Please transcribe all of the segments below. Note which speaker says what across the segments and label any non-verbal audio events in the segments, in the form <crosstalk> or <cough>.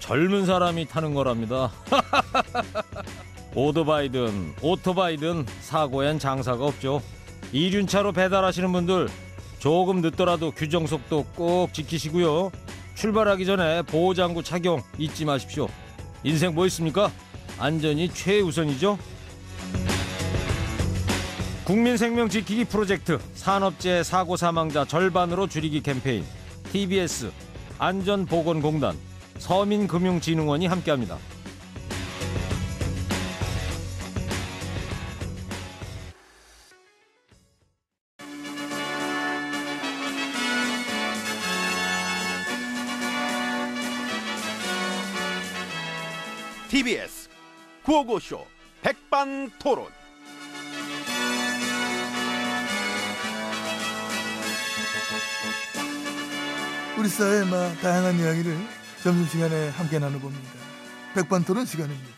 Speaker 1: 젊은 사람이 타는 거랍니다 <laughs> 오토바이든 오토바이든 사고엔 장사가 없죠 이륜차로 배달하시는 분들 조금 늦더라도 규정 속도 꼭 지키시고요 출발하기 전에 보호장구 착용 잊지 마십시오 인생 뭐 있습니까? 안전이 최우선이죠 국민 생명 지키기 프로젝트 산업재해 사고 사망자 절반으로 줄이기 캠페인 TBS 안전보건공단 서민금융진흥원이 함께합니다.
Speaker 2: TBS 구호고쇼 백반토론.
Speaker 3: 우리 사회의 막 다양한 이야기를 점심시간에 함께 나눠봅니다. 백반토론 시간입니다.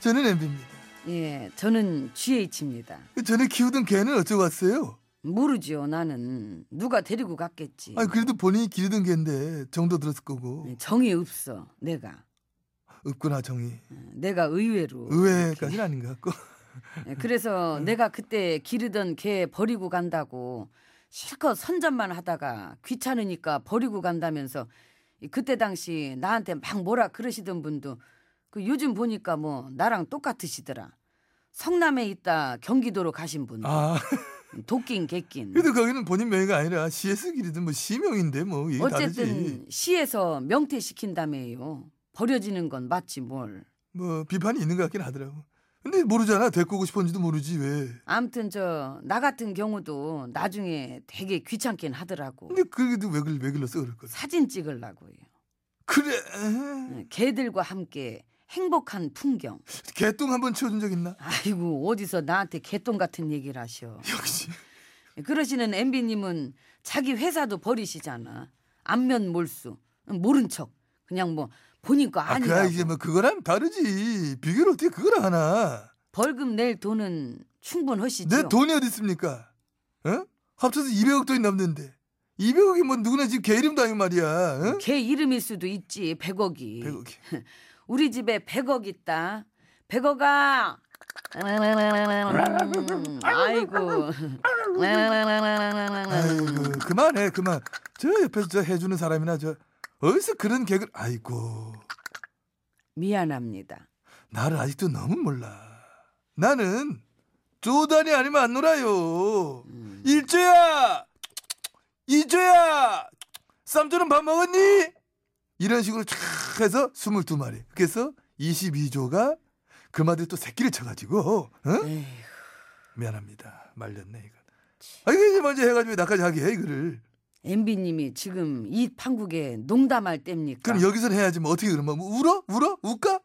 Speaker 3: 저는 엠비입니다. 그
Speaker 4: 예, 저는 GH입니다.
Speaker 3: 전에 키우던 개는 어쩌고 왔어요?
Speaker 4: 모르지요, 나는. 누가 데리고 갔겠지.
Speaker 3: 아니 그래도 본인이 기르던 개인데 정도 들었을 거고
Speaker 4: 예, 정이 없어, 내가.
Speaker 3: 없구나 정이
Speaker 4: 내가 의외로.
Speaker 3: 의외까지는 음. 아닌 것 같고
Speaker 4: 이렇게. 예, 그래서 내가 그때 기르던 개 버리고 간다고 실컷 선전만 하다가 귀찮으니까 버리고 간다면서 이 그때 당시 나한테 막 뭐라 그러시던 분도 그 요즘 보니까 뭐 나랑 똑같으시더라. 성남에 있다 경기도로 가신 분.
Speaker 3: 아
Speaker 4: 도낀 개낀.
Speaker 3: 그래도 거기는 본인 명의가 아니라 시에서 기르든 뭐 시명인데 뭐 이게 다르지
Speaker 4: 어쨌든 시에서 명퇴시킨다며요. 버려지는 건 맞지 뭘.
Speaker 3: 뭐 비판이 있는 것 같긴 하더라고 근데 모르잖아 데리고 오고 싶은지도 모르지 왜
Speaker 4: 아무튼 저 나 같은 경우도 나중에 되게 귀찮긴 하더라고.
Speaker 3: 근데 그게 왜, 글- 왜 글렀어 그럴 거
Speaker 4: 사진 찍으려고요.
Speaker 3: 그래
Speaker 4: 네. 개들과 함께 행복한 풍경.
Speaker 3: 개똥 한번 치워준 적 있나?
Speaker 4: 아이고 어디서 나한테 개똥 같은 얘기를 하셔.
Speaker 3: 역시
Speaker 4: 그러시는 MB님은 자기 회사도 버리시잖아. 안면 몰수. 모른 척. 그냥 뭐 본인 거
Speaker 3: 아,
Speaker 4: 아니라고.
Speaker 3: 그야 이제 뭐 그거랑 다르지 비교를 어떻게 그거랑 하나
Speaker 4: 벌금 낼 돈은 충분하시죠.
Speaker 3: 내 돈이 어디 있습니까? 어? 합쳐서 200억 돈이 넘는데 200억이 뭐 누구나 지금 개 이름도 아니고 말이야 어?
Speaker 4: 개 이름일 수도 있지 100억이.
Speaker 3: 100억이
Speaker 4: 우리 집에 100억 있다. 100억아. 아이고.
Speaker 3: 아이고 그만해 그만 저 옆에서 저 해주는 사람이나 저 어디서 그런 개그를 아이고
Speaker 4: 미안합니다.
Speaker 3: 나를 아직도 너무 몰라 나는 조단이 아니면 안 놀아요
Speaker 4: 음,
Speaker 3: 일조야 이조야 쌈조는 밥 먹었니? 이런 식으로 촥 해서 22마리 그래서 22조가 그마들 또 새끼를 쳐가지고 응?
Speaker 4: 에휴,
Speaker 3: 미안합니다 말렸네 이거 아 이거 이제 먼저 해가지고 나까지 하게 해 이거를
Speaker 4: MB님이 지금 이 판국에 농담할 때입니까?
Speaker 3: 그럼 여기서 해야지 뭐 어떻게 그러면 뭐 울어? 울어? 울까?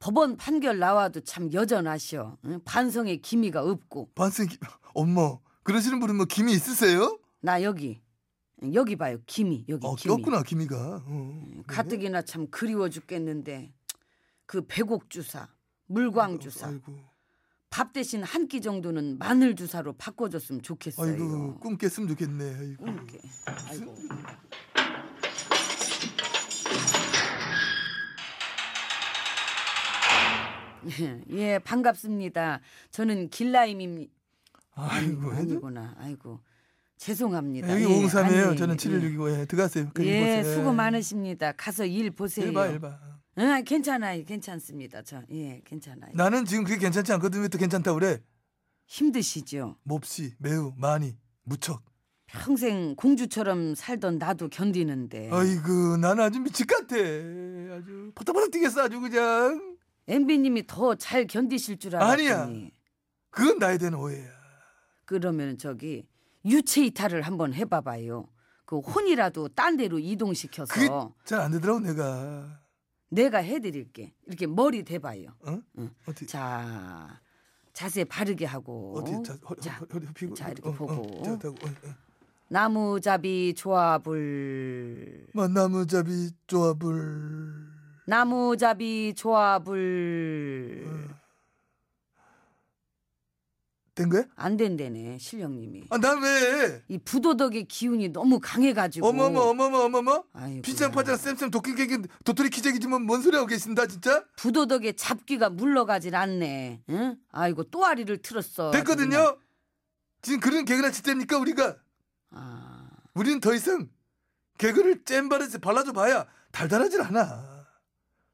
Speaker 4: 법원 판결 나와도 참 여전하셔. 응? 반성의 기미가 없고
Speaker 3: 반승 엄마 그러시는 분은 뭐 김이 있으세요?
Speaker 4: 나 여기 여기 봐요 기미 여기
Speaker 3: 어
Speaker 4: 기미.
Speaker 3: 꼈구나 김이가 어, 그래.
Speaker 4: 음. 가뜩이나 참 그리워 죽겠는데 그 백옥 주사, 물광 주사.
Speaker 3: 그러니까, 아이고,
Speaker 4: 밥 대신 한 끼 정도는 마늘 주사로 바꿔줬으면 좋겠어요. 음.
Speaker 3: 아이고 꿈 깼으면 좋겠네 아이고.
Speaker 4: 꿈깨. 아이고. 예, 반갑습니다. 저는 길라임입니다.
Speaker 3: 아이고 해도
Speaker 4: 아니구나. 아이고. 죄송합니다.
Speaker 3: 여기
Speaker 4: 예,
Speaker 3: 503이에요
Speaker 4: 아니,
Speaker 3: 저는 716이고 예, 들어가세요
Speaker 4: 예,
Speaker 3: 그냥
Speaker 4: 예
Speaker 3: 보세요.
Speaker 4: 수고 많으시니다 가서 일 보세요.
Speaker 3: 일봐 일봐
Speaker 4: 응, 괜찮아요. 괜찮습니다. 저, 예, 괜찮아요.
Speaker 3: 나는 지금 그게 괜찮지 않거든. 왜 또 괜찮다 그래?
Speaker 4: 힘드시죠?
Speaker 3: 몹시, 매우, 많이, 무척.
Speaker 4: 평생 공주처럼 살던 나도 견디는데.
Speaker 3: 아이고, 나는 아주 미칠 것 같아. 아주 버터버터 뛰겠어, 아주 그냥.
Speaker 4: 엠비님이 더 잘 견디실 줄 알았더니.
Speaker 3: 아니야. 그건 나에 대한 오해야.
Speaker 4: 그러면 저기 유체 이탈을 한번 해봐봐요. 그 혼이라도 딴 데로 이동시켜서
Speaker 3: 그게 잘 안 되더라고, 내가.
Speaker 4: 내가 해드릴게. 이렇게 머리 대봐요.
Speaker 3: 응?
Speaker 4: 응.
Speaker 3: 어떻게?
Speaker 4: 자, 자세 바르게 하고.
Speaker 3: 어디 자, 허리,
Speaker 4: 자,
Speaker 3: 허리, 허리 피고
Speaker 4: 자, 이렇게
Speaker 3: 어, 어,
Speaker 4: 보고.
Speaker 3: 자, 자, 어, 어.
Speaker 4: 나무잡이 조합을
Speaker 3: 뭐, 나무잡이 조합을
Speaker 4: 나무잡이 조합을
Speaker 3: 음. 어. 된 거야?
Speaker 4: 안 된대네 실령님이
Speaker 3: 아, 나 왜?
Speaker 4: 이 부도덕의 기운이 너무 강해가지고
Speaker 3: 어머머, 어머머, 어머머.
Speaker 4: 아이고야.
Speaker 3: 피장파장
Speaker 4: 음.
Speaker 3: 쌤쌤 도끼개기 도토리 키재기지만 뭔 소리 하고 계신다 진짜?
Speaker 4: 부도덕의 잡귀가 물러가질 않네 응? 아이고 또아리를 틀었어
Speaker 3: 됐거든요. 지금 그런 개그나 짓됩니까 우리가?
Speaker 4: 아,
Speaker 3: 우리는 더 이상 개그를 잼바르지 발라줘 봐야 달달하질 않아.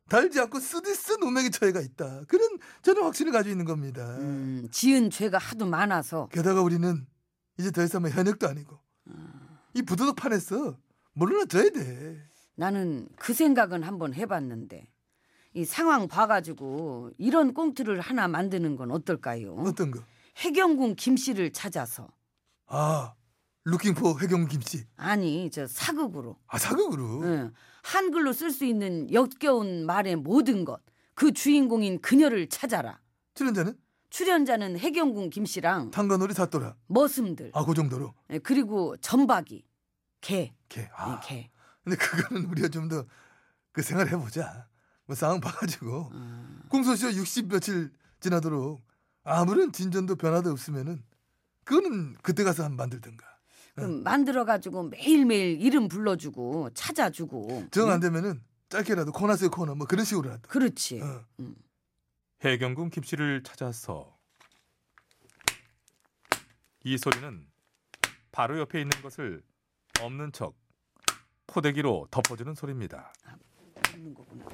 Speaker 3: 달지 않고 쓰디쓴 운명의 처해가 있다. 그런 저는 확신을 가지고 있는 겁니다.
Speaker 4: 음, 지은 죄가 하도 많아서
Speaker 3: 게다가 우리는 이제 더 이상 뭐 현역도 아니고
Speaker 4: 음.
Speaker 3: 이 부도덕판에서 물러나줘야 돼.
Speaker 4: 나는 그 생각은 한번 해봤는데 이 상황 봐가지고 이런 꽁트를 하나 만드는 건 어떨까요?
Speaker 3: 어떤 거?
Speaker 4: 해경군 김씨를 찾아서
Speaker 3: 아, 루킹 포 해경 김씨.
Speaker 4: 아니 저 사극으로
Speaker 3: 아 사극으로.
Speaker 4: 응. 예. 한글로 쓸 수 있는 역겨운 말의 모든 것 그 주인공인 그녀를 찾아라
Speaker 3: 출연자는
Speaker 4: 출연자는 해경군 김씨랑
Speaker 3: 탄간놀이 사또라.
Speaker 4: 머슴들
Speaker 3: 아 그 정도로.
Speaker 4: 예, 그리고 전박이 개
Speaker 3: 이렇게.
Speaker 4: 예,
Speaker 3: 아.
Speaker 4: 개.
Speaker 3: 근데 그거는 우리가 좀 더 그 생활 해보자. 뭐 상황 봐가지고
Speaker 4: 음,
Speaker 3: 공소시효 60 며칠 지나도록 아무런 진전도 변화도 없으면은 그거는 그때 가서 한번 만들든가.
Speaker 4: 그럼 만들어가지고 매일매일 이름 불러주고 찾아주고
Speaker 3: 정
Speaker 4: 응?
Speaker 3: 안 되면은 짧게라도 코너 속 코너 뭐 그런 식으로라도.
Speaker 4: 그렇지
Speaker 3: 어.
Speaker 5: 해경군 김씨를 찾아서 이 소리는 바로 옆에 있는 것을 없는 척 포대기로 덮어주는 소리입니다.
Speaker 4: 있는 거구나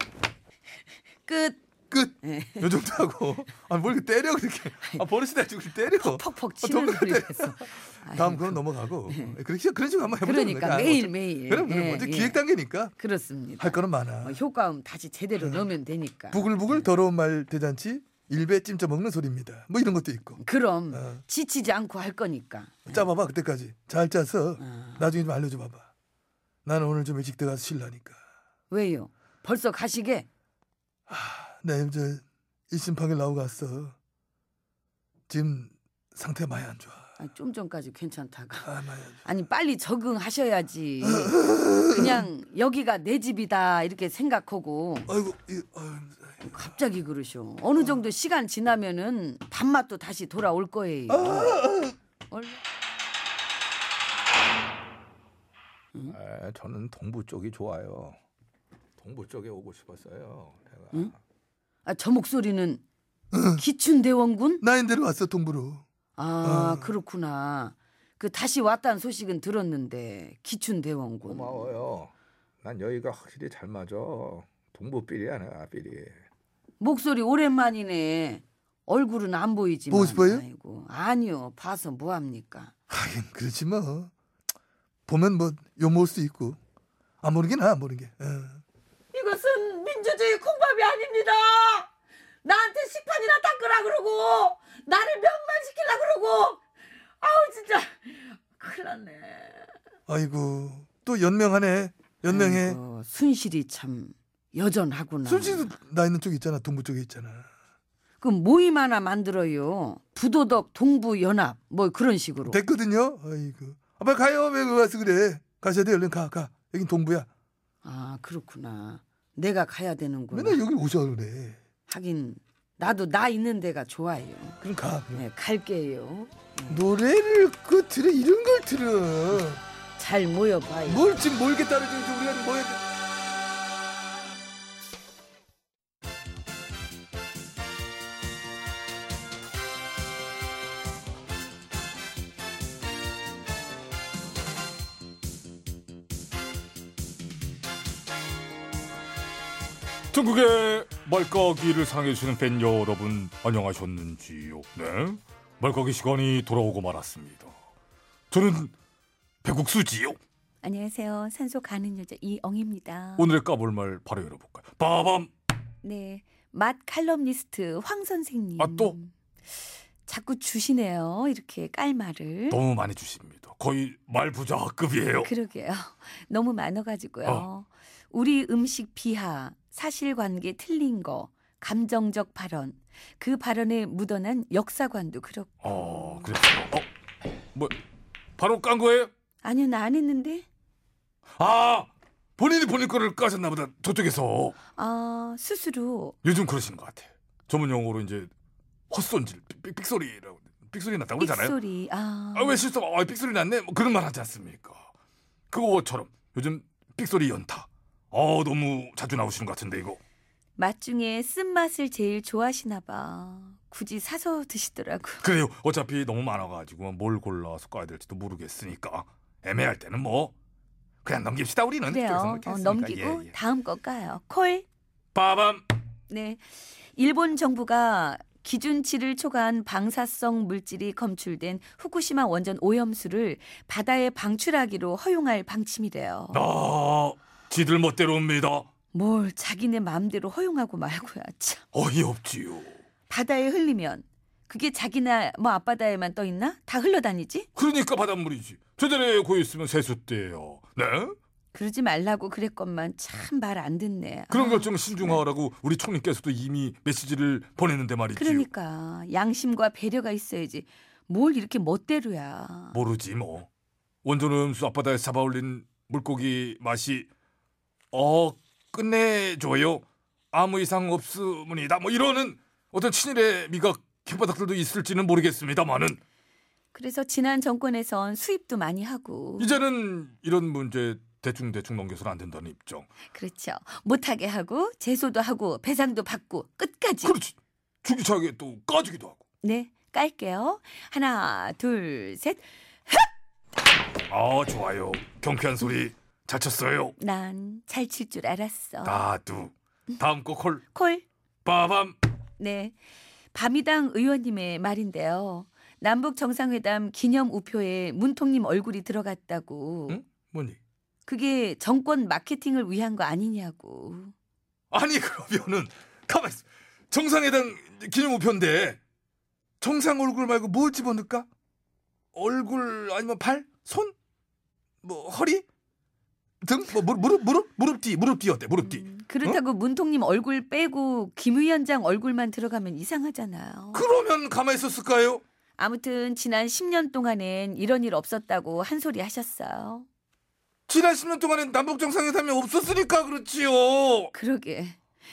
Speaker 4: 끝
Speaker 3: 끝.
Speaker 4: 예.
Speaker 3: 요 정도 하고. 아 뭘 이렇게 때려 그렇게. 아 버릇이다 지금 때려.
Speaker 4: 퍽퍽 치는
Speaker 3: 어,
Speaker 4: 소리 됐어
Speaker 3: <laughs> 다음 그건 넘어가고. 그렇게 그런 식으로 한번 해보자.
Speaker 4: 아, 예. 그러니까 매일매일
Speaker 3: 그럼 그럼
Speaker 4: 예,
Speaker 3: 먼저
Speaker 4: 예.
Speaker 3: 기획 단계니까
Speaker 4: 그렇습니다
Speaker 3: 할 거는 많아.
Speaker 4: 어, 효과음 예. 다시 제대로 넣으면 되니까.
Speaker 3: 부글부글 더러운 말 대잔치 일배 찜쪄 먹는 소리입니다. 뭐 이런 것도 있고.
Speaker 4: 그럼
Speaker 3: 어.
Speaker 4: 지치지 않고 할 거니까.
Speaker 3: 짜봐봐 그때까지 잘 짜서
Speaker 4: 아.
Speaker 3: 나중에 좀 알려줘 봐봐. 나는 오늘 좀 일찍 들어가서 쉴라니까.
Speaker 4: 왜요? 벌써 가시게?
Speaker 3: 나 이제 일심 판결 나오고 갔어. 지금 상태 많이 안 좋아.
Speaker 4: 아니, 좀 전까지 괜찮다가.
Speaker 3: 아 많이 안 좋아.
Speaker 4: 아니 빨리 적응하셔야지. 그냥 여기가 내 집이다 이렇게 생각하고
Speaker 3: 아이고 이 아유,
Speaker 4: 갑자기 그러셔. 어느 정도 시간 지나면은 밥맛도 다시 돌아올 거예요. 얼른.
Speaker 2: 에, 저는 동부 쪽이 좋아요. 동부 쪽에 오고 싶었어요. 제가.
Speaker 4: 응? 아, 저 목소리는 기춘대원군?
Speaker 3: 나인대로 왔어 동부로.
Speaker 4: 아
Speaker 3: 어.
Speaker 4: 그렇구나. 그 다시 왔다는 소식은 들었는데 기춘대원군.
Speaker 2: 고마워요. 어, 난 여기가 확실히 잘 맞아. 동부 삘이야, 나 삘이.
Speaker 4: 목소리 오랜만이네. 얼굴은 안 보이지만.
Speaker 3: 보고 싶어요?
Speaker 4: 아이고, 아니요. 봐서 뭐 합니까?
Speaker 3: 하긴 그렇지 뭐. 보면 뭐 욕먹을 수 있고 안 보는 게 나아 안 보는 게. 어.
Speaker 4: 이것은 민주주의 콩밥이 아닙니다. 나한테 식판이나 닦으라 그러고 나를 명만시키라 그러고 아우 진짜 큰일 났네.
Speaker 3: 아이고 또 연명하네. 연명해.
Speaker 4: 아이고, 순실이 참 여전하구나.
Speaker 3: 솔직히 나 있는 쪽 있잖아 동부 쪽에 있잖아.
Speaker 4: 그 모임 하나 만들어요. 부도덕 동부 연합 뭐 그런 식으로.
Speaker 3: 됐거든요. 아이고. 아, 빨리 가요. 왜 와서 그래? 가셔야 돼. 얼른 가. 가. 여긴 동부야.
Speaker 4: 아 그렇구나. 내가 가야 되는구나.
Speaker 3: 맨날 여기 오셔 그래.
Speaker 4: 하긴 나도 나 있는 데가 좋아요.
Speaker 3: 그럼 가. 그럼.
Speaker 4: 네, 갈게요.
Speaker 3: 노래를 그 들어 이런 걸 들어.
Speaker 4: 잘 모여봐요.
Speaker 3: 뭘 지금 몰게 따로 지금 우리가 뭐야?
Speaker 5: 전국의 말까기를 사랑해주시는 팬 여러분 안녕하셨는지요? 네, 말까기 시간이 돌아오고 말았습니다. 저는 배국수지요.
Speaker 4: 안녕하세요. 산소 가는 여자 이엉입니다.
Speaker 5: 오늘의 까볼 말 바로 열어볼까요? 빠밤!
Speaker 4: 네, 맛 칼럼니스트 황 선생님.
Speaker 5: 아, 또?
Speaker 4: 자꾸 주시네요. 이렇게 깔 말을.
Speaker 5: 너무 많이 주십니다. 거의 말부자급이에요.
Speaker 4: 그러게요. <laughs> 너무 많아가지고요.
Speaker 5: 어.
Speaker 4: 우리 음식 비하, 사실관계 틀린 거, 감정적 발언, 그 발언에 묻어난 역사관도 그렇고.
Speaker 5: 어, 그래서 어, 뭐 바로 깐 거예요?
Speaker 4: 아니요, 나 안 했는데.
Speaker 5: 아, 본인이 본인 거를 까셨나 보다. 저쪽에서
Speaker 4: 아, 스스로
Speaker 5: 요즘 그러신 것 같아. 전문 용어로 이제 헛손질, 삑- 삑소리라고 삑소리 났다고 그러잖아요.
Speaker 4: 삑소리. 아,
Speaker 5: 아 왜 실수? 아 삑소리 났네. 뭐 그런 말 하지 않습니까? 그거처럼 요즘 삑소리 연타. 어 너무 자주 나오시는 것 같은데 이거.
Speaker 4: 맛 중에 쓴맛을 제일 좋아하시나 봐. 굳이 사서 드시더라고.
Speaker 5: 그래요. 어차피 너무 많아가지고 뭘 골라서 까야 될지도 모르겠으니까 애매할 때는 뭐 그냥 넘깁시다 우리는. 그래서
Speaker 4: 그래요.
Speaker 5: 이렇게
Speaker 4: 어,
Speaker 5: 했으니까.
Speaker 4: 넘기고
Speaker 5: 예, 예.
Speaker 4: 다음 거 까요. 콜.
Speaker 5: 빠밤.
Speaker 4: 네. 일본 정부가 기준치를 초과한 방사성 물질이 검출된 후쿠시마 원전 오염수를 바다에 방출하기로 허용할 방침이래요.
Speaker 5: 아, 지들 멋대로입니다.
Speaker 4: 뭘 자기네 마음대로 허용하고 말고야 참.
Speaker 5: 어이없지요.
Speaker 4: 바다에 흘리면 그게 자기네 뭐 앞바다에만 떠 있나? 다 흘러다니지?
Speaker 5: 그러니까 바닷물이지. 제자리에 고였으면 세수 때요. 네?
Speaker 4: 그러지 말라고 그랬건만 참 말 안 듣네. 아,
Speaker 5: 그런 것 좀 신중하라고 우리 총리께서도 이미 메시지를 보냈는데 말이지요.
Speaker 4: 네. 그러니까 양심과 배려가 있어야지. 뭘 이렇게 멋대로야.
Speaker 5: 모르지 뭐. 원전 음수 앞바다에 잡아올린 물고기 맛이 어 끝내줘요. 아무 이상 없음니다. 뭐 이러는 어떤 친일의 미각 혓바닥들도 있을지는 모르겠습니다만은
Speaker 4: 그래서 지난 정권에선 수입도 많이 하고
Speaker 5: 이제는 이런 문제 대충 대충 넘겨서는 안 된다는 입장.
Speaker 4: 그렇죠 못하게 하고 제소도 하고 배상도 받고 끝까지
Speaker 5: 그렇지 주기차게 또 까주기도 하고
Speaker 4: 네 깔게요 하나
Speaker 5: 아 좋아요. 경쾌한 소리 잘 쳤어요.
Speaker 4: 둘 셋 난 잘 칠 줄 알았어
Speaker 5: 아. 나도 다음 거콜
Speaker 4: 콜
Speaker 5: 빠밤
Speaker 4: 네. 밤이당 의원님의 말인데요. 남북 정상회담 기념 우표에 문통님 얼굴이 들어갔다고.
Speaker 5: 뭐니?
Speaker 4: 그게 정권 마케팅을 위한 거 아니냐고.
Speaker 5: 아니 그러면은 가만 있어. 정상회담 기념우편인데 정상 얼굴 말고 뭐 집어넣을까? 얼굴 아니면 발, 손, 뭐 허리 등, 뭐 무릎, 무릎, 무릎, 무릎뒤, 무릎뒤 네. 어때? 무릎뒤.
Speaker 4: 음. 그렇다고 문통님 얼굴 빼고 김 위원장 얼굴만 들어가면 이상하잖아요.
Speaker 5: 그러면 가만 있었을까요?
Speaker 4: 아무튼 지난 10년 동안엔 이런 일 없었다고 한 소리 하셨어요.
Speaker 5: 지난 10년 동안엔 남북 정상회담이 없었으니까 그렇지요.
Speaker 4: 그러게.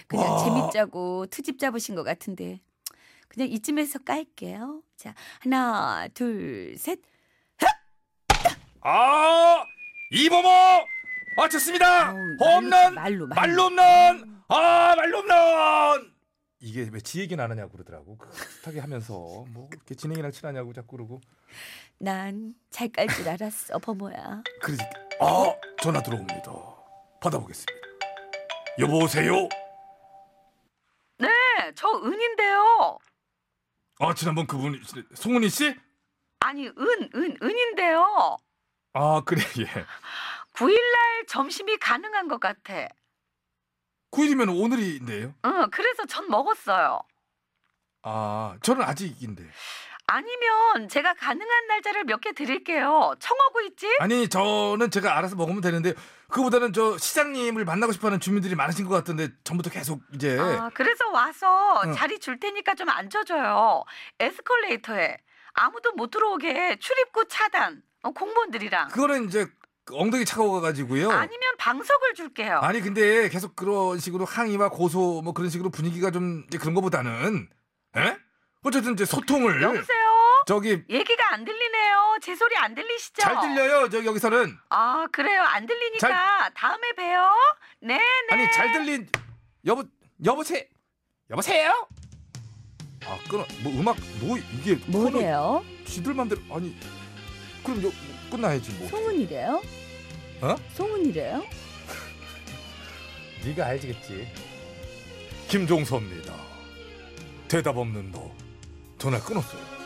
Speaker 4: 그냥 재밌자고 투집 잡으신 것 같은데 그냥 이쯤에서 깔게요. 자 하나 둘 셋.
Speaker 5: 아 이범호 아 쳤습니다. 홈런
Speaker 4: 말로
Speaker 5: 말로 홈런 아 말로 홈런. 이게 왜 지 얘기는 안 하냐고 그러더라고. 그 비슷하게 하면서 뭐 이렇게 진행이랑 친하냐고 자꾸 그러고.
Speaker 4: 난 잘 깔 줄 알았어 <laughs> 버모야.
Speaker 5: 그러지. 아 전화 들어옵니다. 받아보겠습니다. 여보세요.
Speaker 4: 네, 저 은인데요.
Speaker 5: 아 지난번 그분 송은희 씨?
Speaker 4: 아니 은, 은, 은인데요.
Speaker 5: 아 그래 예.
Speaker 4: 9일날 점심이 가능한 것 같아.
Speaker 5: 9일이면 오늘인데요.
Speaker 4: 응, 그래서 전 먹었어요.
Speaker 5: 아 저는 아직인데.
Speaker 4: 아니면 제가 가능한 날짜를 몇 개 드릴게요. 청하고 있지?
Speaker 5: 아니 저는 제가 알아서 먹으면 되는데 그보다는 저 시장님을 만나고 싶어하는 주민들이 많으신 것 같은데 전부터 계속 이제
Speaker 4: 아, 그래서 와서
Speaker 5: 응.
Speaker 4: 자리 줄 테니까 좀 앉아줘요. 에스컬레이터에 아무도 못 들어오게 출입구 차단. 어, 공무원들이랑.
Speaker 5: 그거는 이제 엉덩이 차고 가가지고요.
Speaker 4: 아니면 방석을 줄게요.
Speaker 5: 아니, 근데 계속 그런 식으로 항의와 고소 뭐 그런 식으로 분위기가 좀 이제 그런 거보다는 에? 어쨌든 이제 소통을
Speaker 4: 여보세요?
Speaker 5: 저기
Speaker 4: 얘기가 안 들리네요. 제 소리 안 들리시죠?
Speaker 5: 잘 들려요. 저 여기서는
Speaker 4: 아, 그래요. 안 들리니까 다음에 봬요. 네, 네.
Speaker 5: 아니 잘 들린 여보 여보세 여보세요? 아 끊어 뭐 음악 뭐 이게
Speaker 4: 뭐래요?
Speaker 5: 지들 맘대로 아니 그럼 요 끝나야지 뭐
Speaker 4: 송은이래요?
Speaker 5: 어?
Speaker 4: 송은이래요?
Speaker 5: 네가 알지겠지. 김종서입니다. 대답 없는 너 전화 끊었어요.